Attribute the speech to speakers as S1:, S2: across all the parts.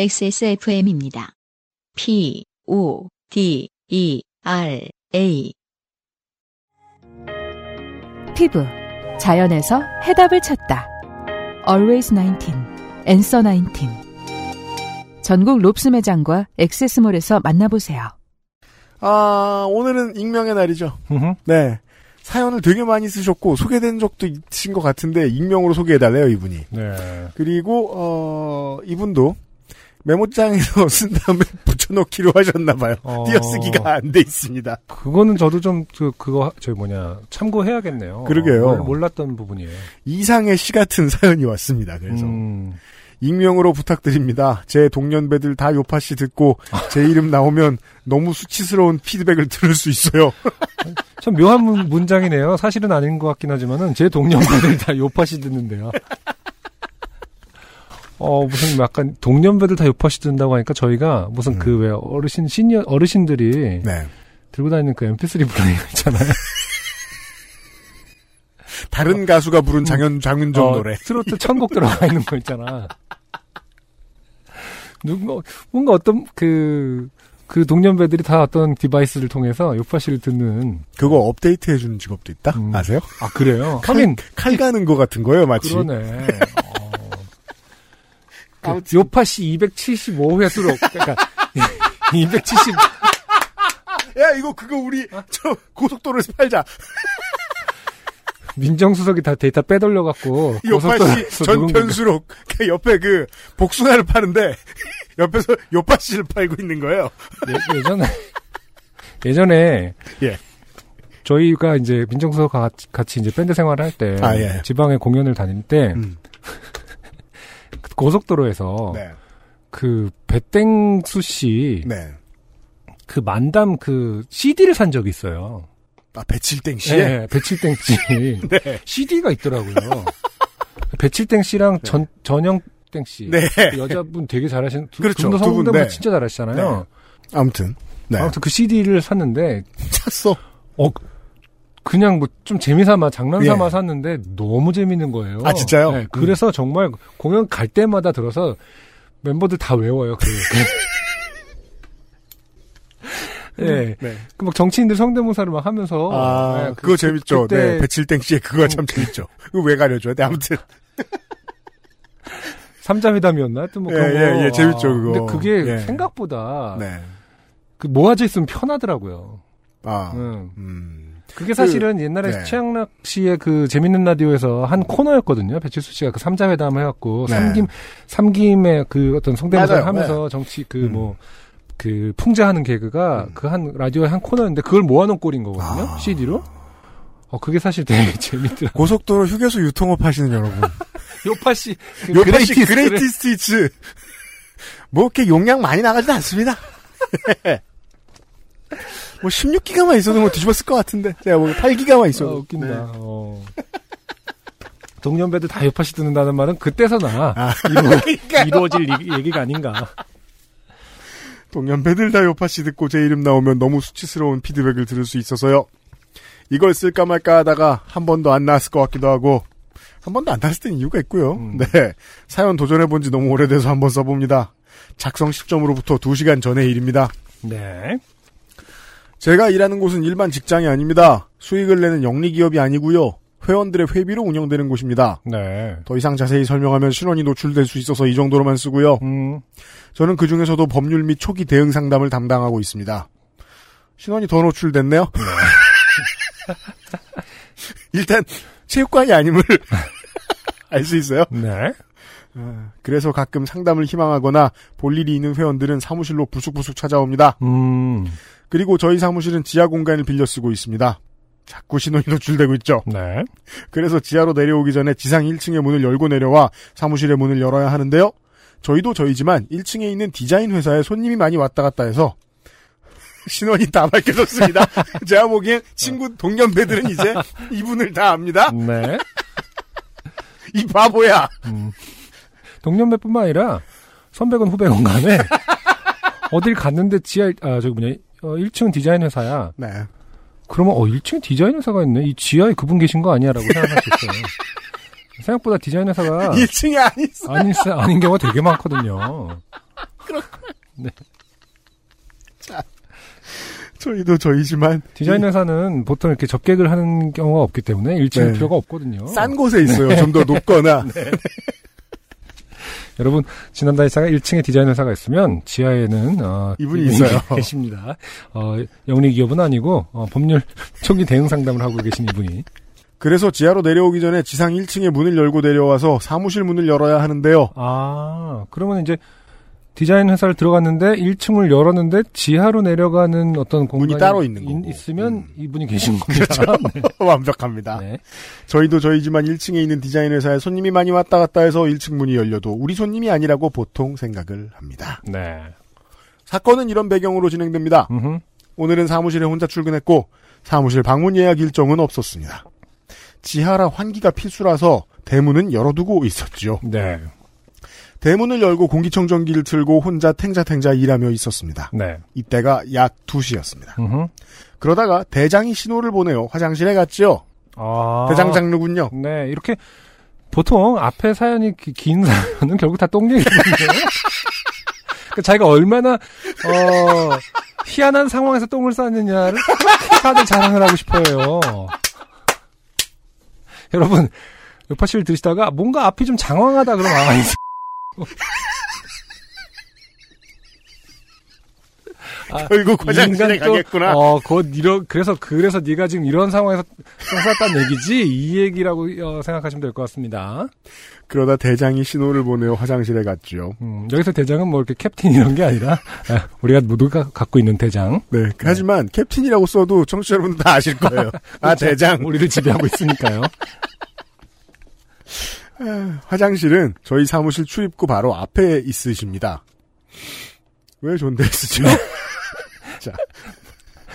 S1: XSFM입니다. P, O, D, E, R, A.
S2: 피부 자연에서 해답을 찾다. Always 19, Answer 19. 전국 롭스 매장과 액세스몰에서 만나보세요.
S3: 아, 오늘은 익명의 날이죠.
S4: 음흠.
S3: 네. 사연을 되게 많이 쓰셨고, 소개된 적도 있으신 것 같은데, 익명으로 소개해달래요, 이분이.
S4: 네.
S3: 그리고, 어, 이분도 메모장에서 쓴 다음에 붙여넣기로 하셨나봐요.
S4: 어.
S3: 띄어쓰기가 안 돼 있습니다.
S4: 그거는 저도 좀, 그, 그거, 저 뭐냐, 참고해야겠네요.
S3: 그러게요.
S4: 뭘 몰랐던 부분이에요.
S3: 이상의 시 같은 사연이 왔습니다. 그래서.
S4: 음,
S3: 익명으로 부탁드립니다. 제 동년배들 다 요파씨 듣고, 제 이름 나오면 너무 수치스러운 피드백을 들을 수 있어요.
S4: 참 묘한 문, 문장이네요. 사실은 아닌 것 같긴 하지만은, 제 동년배들 다 요파시 듣는데요. 어, 무슨 약간, 동년배들 다 요파시 듣는다고 하니까 저희가 무슨
S3: 음.
S4: 그 왜 어르신, 시니어, 어르신들이
S3: 네.
S4: 들고 다니는 그 mp3 플레이어 있잖아요.
S3: 다른 가수가 부른 장현, 그 장윤정
S4: 어,
S3: 노래.
S4: 트로트 천곡 들어가 있는 거 있잖아. 누가 뭔가 어떤 그, 그 동년배들이 다 어떤 디바이스를 통해서 요파씨를 듣는.
S3: 그거 업데이트 해주는 직업도 있다?
S4: 음.
S3: 아세요?
S4: 아, 그래요?
S3: 칼,
S4: 하긴,
S3: 칼 가는 거 같은 거예요, 마치.
S4: 그러네. 어. 그 요파씨 275회수로, 그러니까, 270,
S3: 야, 이거 그거 우리
S4: 어?
S3: 저 고속도로에서 팔자.
S4: 민정수석이 다 데이터 빼돌려갖고.
S3: 요파씨
S4: 고속도로에서 누군가가
S3: 전편수록 그 옆에 그 복숭아를 파는데 옆에서 요파씨를 팔고 있는 거예요.
S4: 예, 전에 예전에
S3: 예.
S4: 저희가 이제 민정수석 같이, 같이 이제 밴드 생활을 할 때
S3: 아, 예.
S4: 지방에 공연을 다닐 때
S3: 음.
S4: 고속도로에서
S3: 네,
S4: 그 배땡수 씨 그
S3: 네.
S4: 만담 그 CD를 산 적이 있어요.
S3: 아 배칠땡 씨의
S4: 예, 배칠땡 씨
S3: 네.
S4: CD가 있더라고요. 배칠땡 씨랑 전 전영땡 씨
S3: 네.
S4: 그 여자분 되게 잘하시는 두,
S3: 그렇죠.
S4: 분도
S3: 두 분,
S4: 성분도
S3: 네.
S4: 진짜 잘하시잖아요.
S3: 아무튼 네
S4: 아무튼 그 CD를 샀는데
S3: 찼어.
S4: 어, 그냥 뭐 좀 재미삼아 장난삼아
S3: 예.
S4: 샀는데 너무 재밌는 거예요. 네,
S3: 아, 진짜요? 음.
S4: 그래서 정말 공연 갈 때마다 들어서 멤버들 다 외워요. 그, 그. 예,
S3: 네.
S4: 그 막 정치인들 성대모사를 막 하면서
S3: 아
S4: 예,
S3: 그, 거 재밌죠.
S4: 그때
S3: 네 배칠땡 씨의 그거 참 재밌죠. 이거 왜 가려줘야 돼? 아무튼
S4: 삼자회담이었나? 하여튼 뭐
S3: 예,
S4: 그런 거.
S3: 예, 예, 재밌죠,
S4: 아,
S3: 그거.
S4: 근데 그게
S3: 예.
S4: 생각보다
S3: 네.
S4: 그 모아져 있으면 편하더라고요.
S3: 아
S4: 음.
S3: 음.
S4: 그게 사실은 옛날에
S3: 네.
S4: 최양락 씨의 그 재밌는 라디오에서 한 코너였거든요. 배칠수 씨가 그 삼자회담 해갖고
S3: 네.
S4: 삼김 삼김의 그 어떤 성대모사를
S3: 맞아요.
S4: 하면서 정치 그
S3: 음.
S4: 뭐 그 풍자하는 개그가 그 한 라디오의 한 코너였는데 그걸 모아놓은 꼴인 거거든요.
S3: 아.
S4: CD로. 어 그게 사실 되게 재밌더라.
S3: 고속도로 휴게소 유통업 하시는 여러분.
S4: 요파 씨. 그
S3: 요파씨
S4: 그레이티스트를
S3: 그레이티 스티츠. 뭐 이렇게 용량 많이 나가진 않습니다. 뭐 16기가만 있어도 뭐 뒤집었을 것 같은데 제가 뭐 8기가만
S4: 아,
S3: 있어도 네.
S4: 웃긴다. 어. 동년배들 다 요파시 듣는다는 말은 그때서나
S3: 아,
S4: 이루, 어질 얘기가 아닌가.
S3: 동년배들 다 요파씨 듣고 제 이름 나오면 너무 수치스러운 피드백을 들을 수 있어서요. 이걸 쓸까 말까 하다가 한 번도 안 나왔을 것 같기도 하고 한 번도 안 나왔을 땐 이유가 있고요.
S4: 음.
S3: 네 사연 도전해본 지 너무 오래돼서 한번 써봅니다. 작성 시점으로부터 2시간 전의 일입니다.
S4: 네.
S3: 제가 일하는 곳은 일반 직장이 아닙니다. 수익을 내는 영리 기업이 아니고요. 회원들의 회비로 운영되는 곳입니다.
S4: 네.
S3: 더 이상 자세히 설명하면 신원이 노출될 수 있어서 이 정도로만 쓰고요.
S4: 음.
S3: 저는 그 중에서도 법률 및 초기 대응 상담을 담당하고 있습니다. 신원이 더 노출됐네요. 일단 체육관이 아님을 알 수 있어요.
S4: 네.
S3: 그래서 가끔 상담을 희망하거나 볼 일이 있는 회원들은 사무실로 부숙부숙 찾아옵니다.
S4: 음.
S3: 그리고 저희 사무실은 지하 공간을 빌려 쓰고 있습니다. 자꾸 신원이 노출되고 있죠.
S4: 네.
S3: 그래서 지하로 내려오기 전에 지상 1층의 문을 열고 내려와 사무실의 문을 열어야 하는데요. 저희도 저희지만 1층에 있는 디자인 회사에 손님이 많이 왔다 갔다 해서 신원이 다 밝혀졌습니다. 제가 보기엔 친구 동년배들은 이제 이분을 다 압니다.
S4: 네.
S3: 이 바보야.
S4: 동년배뿐만 아니라 선배건 후배건 간에 어딜 갔는데 지하 아 저기 뭐냐 어, 1층 디자인 회사야.
S3: 네.
S4: 그러면 어 1층 디자인 회사가 있네. 이 지하에 그분 계신 거 아니야라고 생각할 수 있어요. 생각보다 디자인 회사가
S3: 1층이 아니어
S4: 아닌 사- 아닌 경우가 되게 많거든요.
S3: 저희도 저희지만
S4: 디자인 회사는 보통 이렇게 접객을 하는 경우가 없기 때문에 1층일
S3: 네.
S4: 필요가 없거든요.
S3: 싼 곳에 있어요. 좀 더 높거나
S4: 여러분 지난달 회사가 1층에 디자인 회사가 있으면 지하에는 어,
S3: 이분이 있어요.
S4: 계십니다. 어, 영리 기업은 아니고 어, 법률 총기 대응 상담을 하고 계신 이분이
S3: 그래서 지하로 내려오기 전에 지상 1층에 문을 열고 내려와서 사무실 문을 열어야 하는데요.
S4: 아 그러면 이제 디자인 회사를 들어갔는데 1층을 열었는데 지하로 내려가는 어떤 공간이
S3: 따로 있는 거고.
S4: 으면
S3: 음. 그렇죠.
S4: 이분이 계신 겁니다.
S3: 완벽합니다.
S4: 네.
S3: 저희도 저희지만 1층에 있는 디자인 회사에 손님이 많이 왔다 갔다 해서 1층 문이 열려도 우리 손님이 아니라고 보통 생각을 합니다.
S4: 네. 네.
S3: 사건은 이런 배경으로 진행됩니다.
S4: 음흠.
S3: 오늘은 사무실에 혼자 출근했고 사무실 방문 예약 일정은 없었습니다. 지하라 환기가 필수라서 대문은 열어두고 있었죠.
S4: 네.
S3: 대문을 열고 공기청정기를 틀고 혼자 탱자탱자 일하며 있었습니다.
S4: 네.
S3: 이때가 약 2시였습니다.
S4: 음흠.
S3: 그러다가 대장이 신호를 보내요. 화장실에 갔지요.
S4: 아.
S3: 대장 장르군요.
S4: 네, 이렇게 보통 앞에 사연이 기- 긴 사연은 결국 다 똥얘기거든요. 그 자기가 얼마나 어 희한한 상황에서 똥을 싸느냐를 다들 자랑을 하고 싶어요. 여러분 요파씨를 들으시다가 뭔가 앞이 좀 장황하다 그러면 아, 이
S3: 결국 화장실에
S4: 인간 또,
S3: 가겠구나.
S4: 어, 곧 이런 그래서 그래서 네가 지금 이런 상황에서 똥 쌌다는 얘기지 이 얘기라고 어, 생각하시면 될 것 같습니다.
S3: 그러다 대장이 신호를 보내요. 화장실에 갔지요.
S4: 음, 여기서 대장은 뭐 이렇게 캡틴 이런 게 아니라 아, 우리가 모두가 갖고 있는 대장.
S3: 네. 하지만 캡틴이라고 써도 청취자 여러분들 다 아실 거예요. 아 대장.
S4: 그렇죠? 우리를 지배하고 있으니까요.
S3: 화장실은 저희 사무실 출입구 바로 앞에 있으십니다. 왜 존댓말 쓰죠?
S4: 네?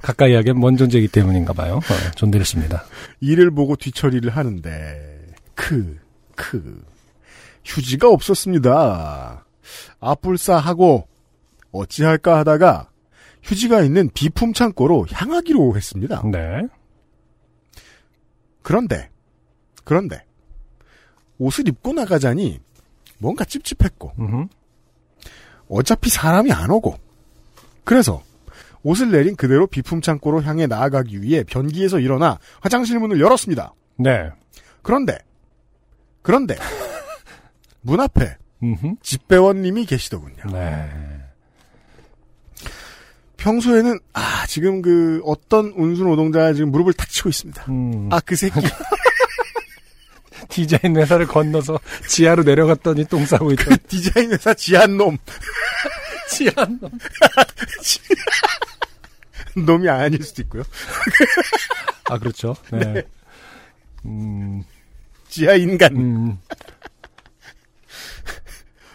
S4: 가까이 하기엔 먼 존재이기 때문인가 봐요. 어, 존대를 씁니다.
S3: 일을 보고 뒤처리를 하는데 크, 크. 휴지가 없었습니다. 아뿔싸하고 어찌할까 하다가 휴지가 있는 비품 창고로 향하기로 했습니다.
S4: 네.
S3: 그런데 그런데 옷을 입고 나가자니 뭔가 찝찝했고
S4: 음흠.
S3: 어차피 사람이 안 오고. 그래서 옷을 내린 그대로 비품 창고로 향해 나아가기 위해 변기에서 일어나 화장실 문을 열었습니다.
S4: 네.
S3: 그런데 그런데 문 앞에
S4: 음흠.
S3: 집배원님이 계시더군요.
S4: 네.
S3: 평소에는 아 지금 그 어떤 운수 노동자가 지금 무릎을 탁 치고 있습니다.
S4: 음,
S3: 아 그 새끼
S4: 디자인 회사를 건너서 지하로 내려갔더니 똥 싸고 있던
S3: 그 디자인 회사 지한놈
S4: 지한.
S3: 놈이 아닐 수도 있고요.
S4: 아 그렇죠. 네. 음,
S3: 지하 인간
S4: 음,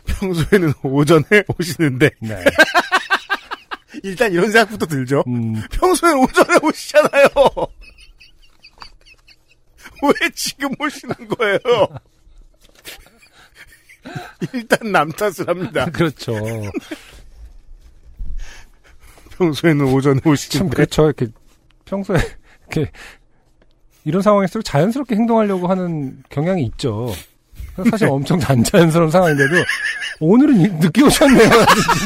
S3: 평소에는 오전에 오시는데
S4: 네.
S3: 일단 이런 생각부터 들죠.
S4: 음,
S3: 평소엔 오전에 오시잖아요. 왜 지금 오시는 거예요? 일단 남 탓을 합니다.
S4: 그렇죠.
S3: 평소에는 오전에
S4: 참
S3: 오시는데
S4: 그렇죠. 이렇게 평소에 이렇게 이런 상황일수록 자연스럽게 행동하려고 하는 경향이 있죠. 사실 엄청 안 자연스러운 상황인데도 오늘은 이- 늦게 오셨네요.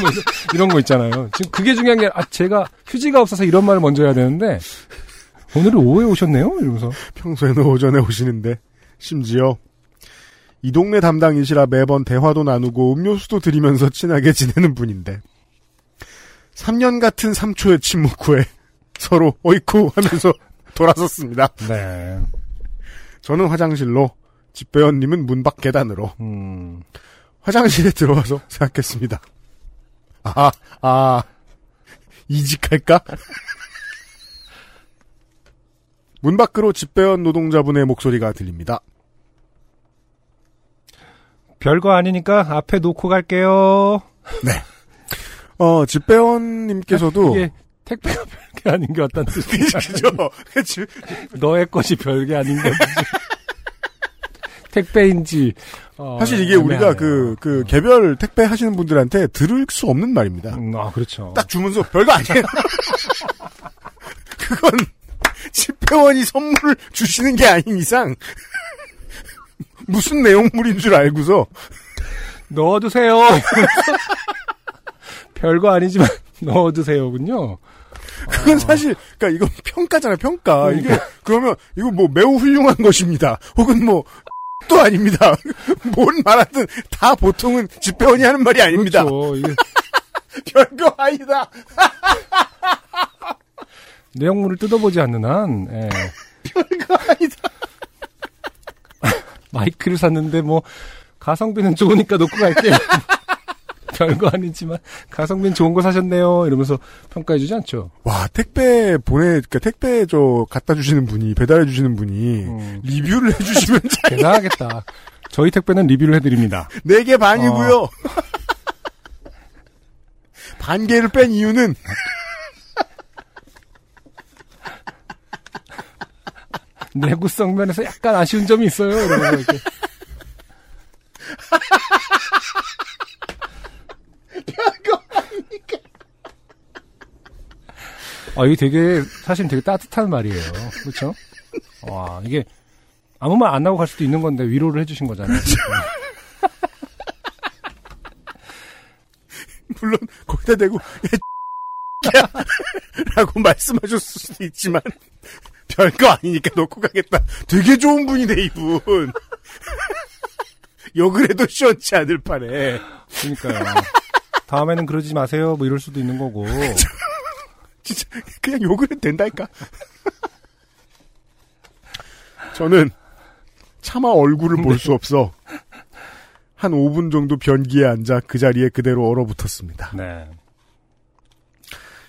S4: 뭐 이런- 이런 거 있잖아요. 지금 그게 중요한 게 아, 제가 휴지가 없어서 이런 말을 먼저 해야 되는데 오늘은 오후에 오셨네요. 이러면서
S3: 평소에는 오전에 오시는데 심지어 이 동네 담당이시라 매번 대화도 나누고 음료수도 드리면서 친하게 지내는 분인데 3년 같은 3초의 침묵 후에 서로 어이쿠 하면서 돌아섰습니다.
S4: 네,
S3: 저는 화장실로 집배원님은 문 밖 계단으로
S4: 음,
S3: 화장실에 들어와서 생각했습니다. 아, 아, 이직할까? 문 밖으로 집배원 노동자분의 목소리가 들립니다.
S4: 별거 아니니까 앞에 놓고 갈게요.
S3: 네. 어, 집배원님께서도.
S4: 아, 이게 택배가 별게 아닌 게 왔다는 뜻이죠.
S3: 그죠?
S4: 아,
S3: 그
S4: 네.
S3: 집-
S4: 너의 것이 별게 아닌 건지 택배인지 어,
S3: 사실 이게
S4: 애매하네요.
S3: 우리가 그, 그, 개별 택배 하시는 분들한테 들을 수 없는 말입니다.
S4: 음, 아 그렇죠
S3: 딱 주문서 별거 아니에요. 그건 집회원이 선물을 주시는 게 아닌 이상 무슨 내용물인 줄 알고서
S4: 넣어두세요 별거 아니지만 넣어드세요군요.
S3: 그건 사실, 그니까 이건 평가잖아요, 평가. 이게, 그러면, 이거 뭐 매우 훌륭한 것입니다. 혹은 뭐, 또 아닙니다. 뭔 말하든 다 보통은 집회원이 하는 말이 아닙니다.
S4: 그렇죠. 이게
S3: 별거 아니다.
S4: 내용물을 뜯어보지 않는 한, 예.
S3: 아니다.
S4: 마이크를 샀는데 뭐 가성비는 좋으니까 놓고 갈게요. 별거 아니지만 가성비는 좋은 거 사셨네요. 이러면서 평가해주지 않죠.
S3: 와, 택배 보내, 그니까 택배 저, 갖다 주시는 분이, 배달해 주시는 분이,
S4: 음.
S3: 리뷰를 해주시면
S4: 대단하겠다. 저희 택배는 리뷰를 해드립니다.
S3: 4개 반이고요. 반 개를 뺀 이유는
S4: 내구성 면에서 약간 아쉬운 점이 있어요. 이러면서 이렇게. 아, 이게 되게, 사실 되게 따뜻한 말이에요. 그렇죠? 와, 이게, 아무 말 안 하고 갈 수도 있는 건데, 위로를 해주신 거잖아요.
S3: 물론 거기다 대고 야, 라고 말씀하셨을 수도 있지만 별거 아니니까 놓고 가겠다. 되게 좋은 분이네 이분. 욕을 해도 시원치 않을 판에
S4: 그러니까요. 다음에는 그러지 마세요. 뭐 이럴 수도 있는 거고.
S3: 진짜 그냥 욕을 해도 된다니까. 저는 차마 얼굴을 볼 수 없어 한 5분 정도 변기에 앉아 그 자리에 그대로 얼어붙었습니다.
S4: 네.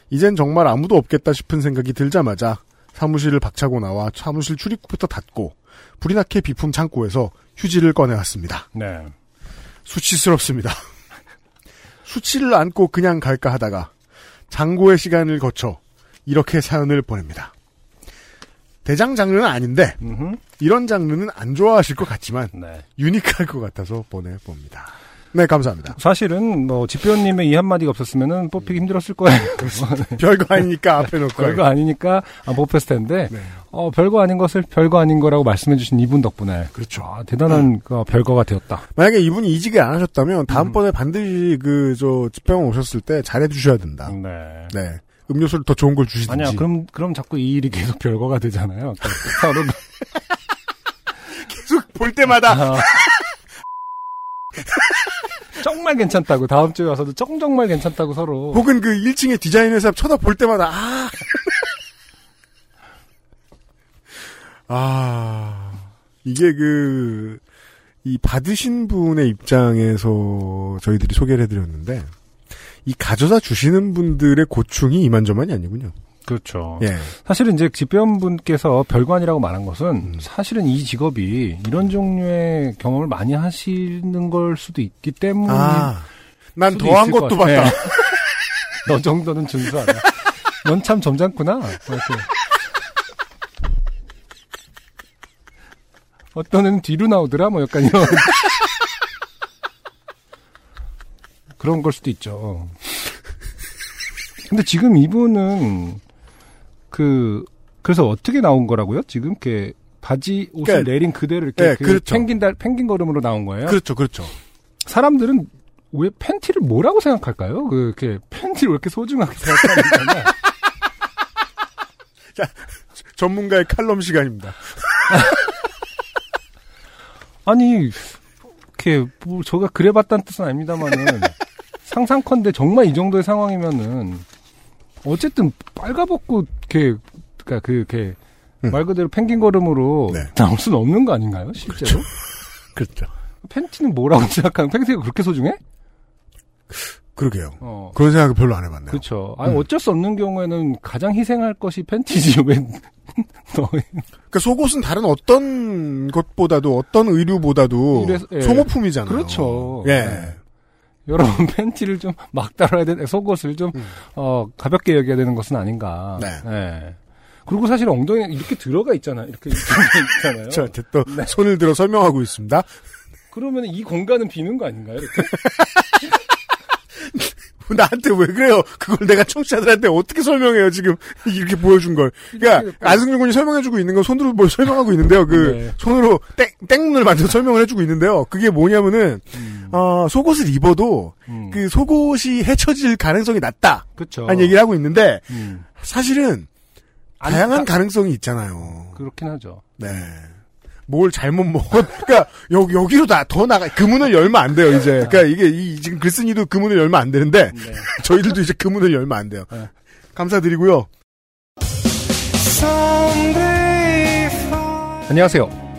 S3: 이젠 정말 아무도 없겠다 싶은 생각이 들자마자 사무실을 박차고 나와 사무실 출입구부터 닫고 불이 나게 비품 창고에서 휴지를 꺼내왔습니다.
S4: 네.
S3: 수치스럽습니다. 수치를 안고 그냥 갈까 하다가 장고의 시간을 거쳐 이렇게 사연을 보냅니다. 대장 장르는 아닌데
S4: 음흠.
S3: 이런 장르는 안 좋아하실 것 같지만
S4: 네.
S3: 유니크할 것 같아서 보내봅니다. 네 감사합니다.
S4: 사실은 뭐 집배원님의 이 한마디가 없었으면은 뽑히기 힘들었을 거예요. 네.
S3: 별거 아니니까 앞에 놓고
S4: 별거 아니니까 안 뽑혔을 텐데
S3: 네.
S4: 어, 별거 아닌 것을 별거 아닌 거라고 말씀해주신 이분 덕분에
S3: 그렇죠.
S4: 아, 대단한 그 별거가 되었다.
S3: 만약에 이분이 이직을 안 하셨다면 다음번에 반드시 그 저 집행원 오셨을 때 잘해 주셔야 된다.
S4: 네.
S3: 네. 음료수를 더 좋은 걸 주시든지.
S4: 아니야 그럼 그럼 자꾸 이 일이 계속 별거가 되잖아요. 그러니까 서로
S3: 계속 볼 때마다
S4: 아. 정말 괜찮다고 다음 주에 와서도 정 정말 괜찮다고 서로
S3: 혹은 그 1층의 디자인 회사 쳐다볼 때마다 아. 아. 이게 그, 이 받으신 분의 입장에서 저희들이 소개를 해드렸는데, 이 가져다 주시는 분들의 고충이 이만저만이 아니군요.
S4: 그렇죠.
S3: 예.
S4: 사실은 이제 집배원분께서 별관이라고 말한 것은 사실은 이 직업이 이런 종류의 경험을 많이 하시는 걸 수도 있기 때문에
S3: 아. 난
S4: 음. 수도
S3: 더한
S4: 있을
S3: 것도
S4: 것 같아. 네.
S3: 봤다.
S4: 너 정도는 준수하다. 넌 참 점잖구나. 이렇게. 어떤 애는 뒤로 나오더라, 뭐 약간 이런. 그런 걸 수도 있죠. 근데 지금 이분은, 그, 그래서 어떻게 나온 거라고요? 지금 이렇게 바지 옷을
S3: 그러니까,
S4: 내린 그대로 이렇게
S3: 네,
S4: 그
S3: 그렇죠.
S4: 펭귄, 달, 펭귄 걸음으로 나온 거예요?
S3: 그렇죠, 그렇죠.
S4: 사람들은 왜 팬티를 뭐라고 생각할까요? 그, 이렇게, 팬티를 왜 이렇게 소중하게 생각하는 거냐.
S3: 전문가의 칼럼 시간입니다.
S4: 아니, 이렇게, 뭐, 저가 그래봤다는 뜻은 아닙니다만은, 상상컨대 정말 이 정도의 상황이면은, 어쨌든 빨가벗고, 이렇게, 그니까 그, 이렇게,
S3: 음.
S4: 말 그대로 펭귄 걸음으로
S3: 네.
S4: 나올 수는 없는 거 아닌가요, 실제로?
S3: 그렇죠.
S4: 팬티는 뭐라고 생각하는, 팬티가 그렇게 소중해?
S3: 그러게요.
S4: 어.
S3: 그런 생각을 별로 안 해봤네요.
S4: 그렇죠. 아니
S3: 음.
S4: 어쩔 수 없는 경우에는 가장 희생할 것이 팬티지 왜 너,
S3: 그러니까 속옷은 다른 어떤 것보다도 어떤 의류보다도
S4: 이래서- 예.
S3: 소모품이잖아요.
S4: 그렇죠.
S3: 예.
S4: 네. 여러분 팬티를 좀 막 달아야 되는 속옷을 좀
S3: 음.
S4: 어, 가볍게 여겨야 되는 것은 아닌가.
S3: 네.
S4: 예. 그리고 사실 엉덩이 이렇게 들어가 있잖아. 이렇게 들어가 있잖아요.
S3: 저한테 또
S4: 네.
S3: 손을 들어 설명하고 있습니다. 그
S4: 그러면 이 공간은 비는 거 아닌가요? 이렇게?
S3: 나한테 왜 그래요? 그걸 내가 청취자들한테 어떻게 설명해요, 지금. 이렇게 보여준 걸. 그러니까, 안승준 군이 설명해주고 있는 건 손으로 뭘 설명하고 있는데요. 그,
S4: 네.
S3: 손으로 땡, 땡문을 만들어 설명을 해주고 있는데요. 그게 뭐냐면은, 어, 속옷을 입어도,
S4: 음. 어.
S3: 그 속옷이 헤쳐질 가능성이 낮다.
S4: 그쵸.
S3: 라는 얘기를 하고 있는데,
S4: 음.
S3: 사실은,
S4: 안-
S3: 다양한
S4: 다-
S3: 가능성이 있잖아요.
S4: 그렇긴 하죠.
S3: 네. 뭘 잘못 먹은, 그니까, 러 여, 기로 다, 더 나가, 그 문을 열면 안 돼요, 이제. 그니까 러 이게, 이- 지금 글쓴이도 그 문을 열면 안 되는데,
S4: 네.
S3: 저희들도 이제 그 문을 열면 안 돼요.
S4: 네.
S3: 감사드리고요.
S4: 안녕하세요.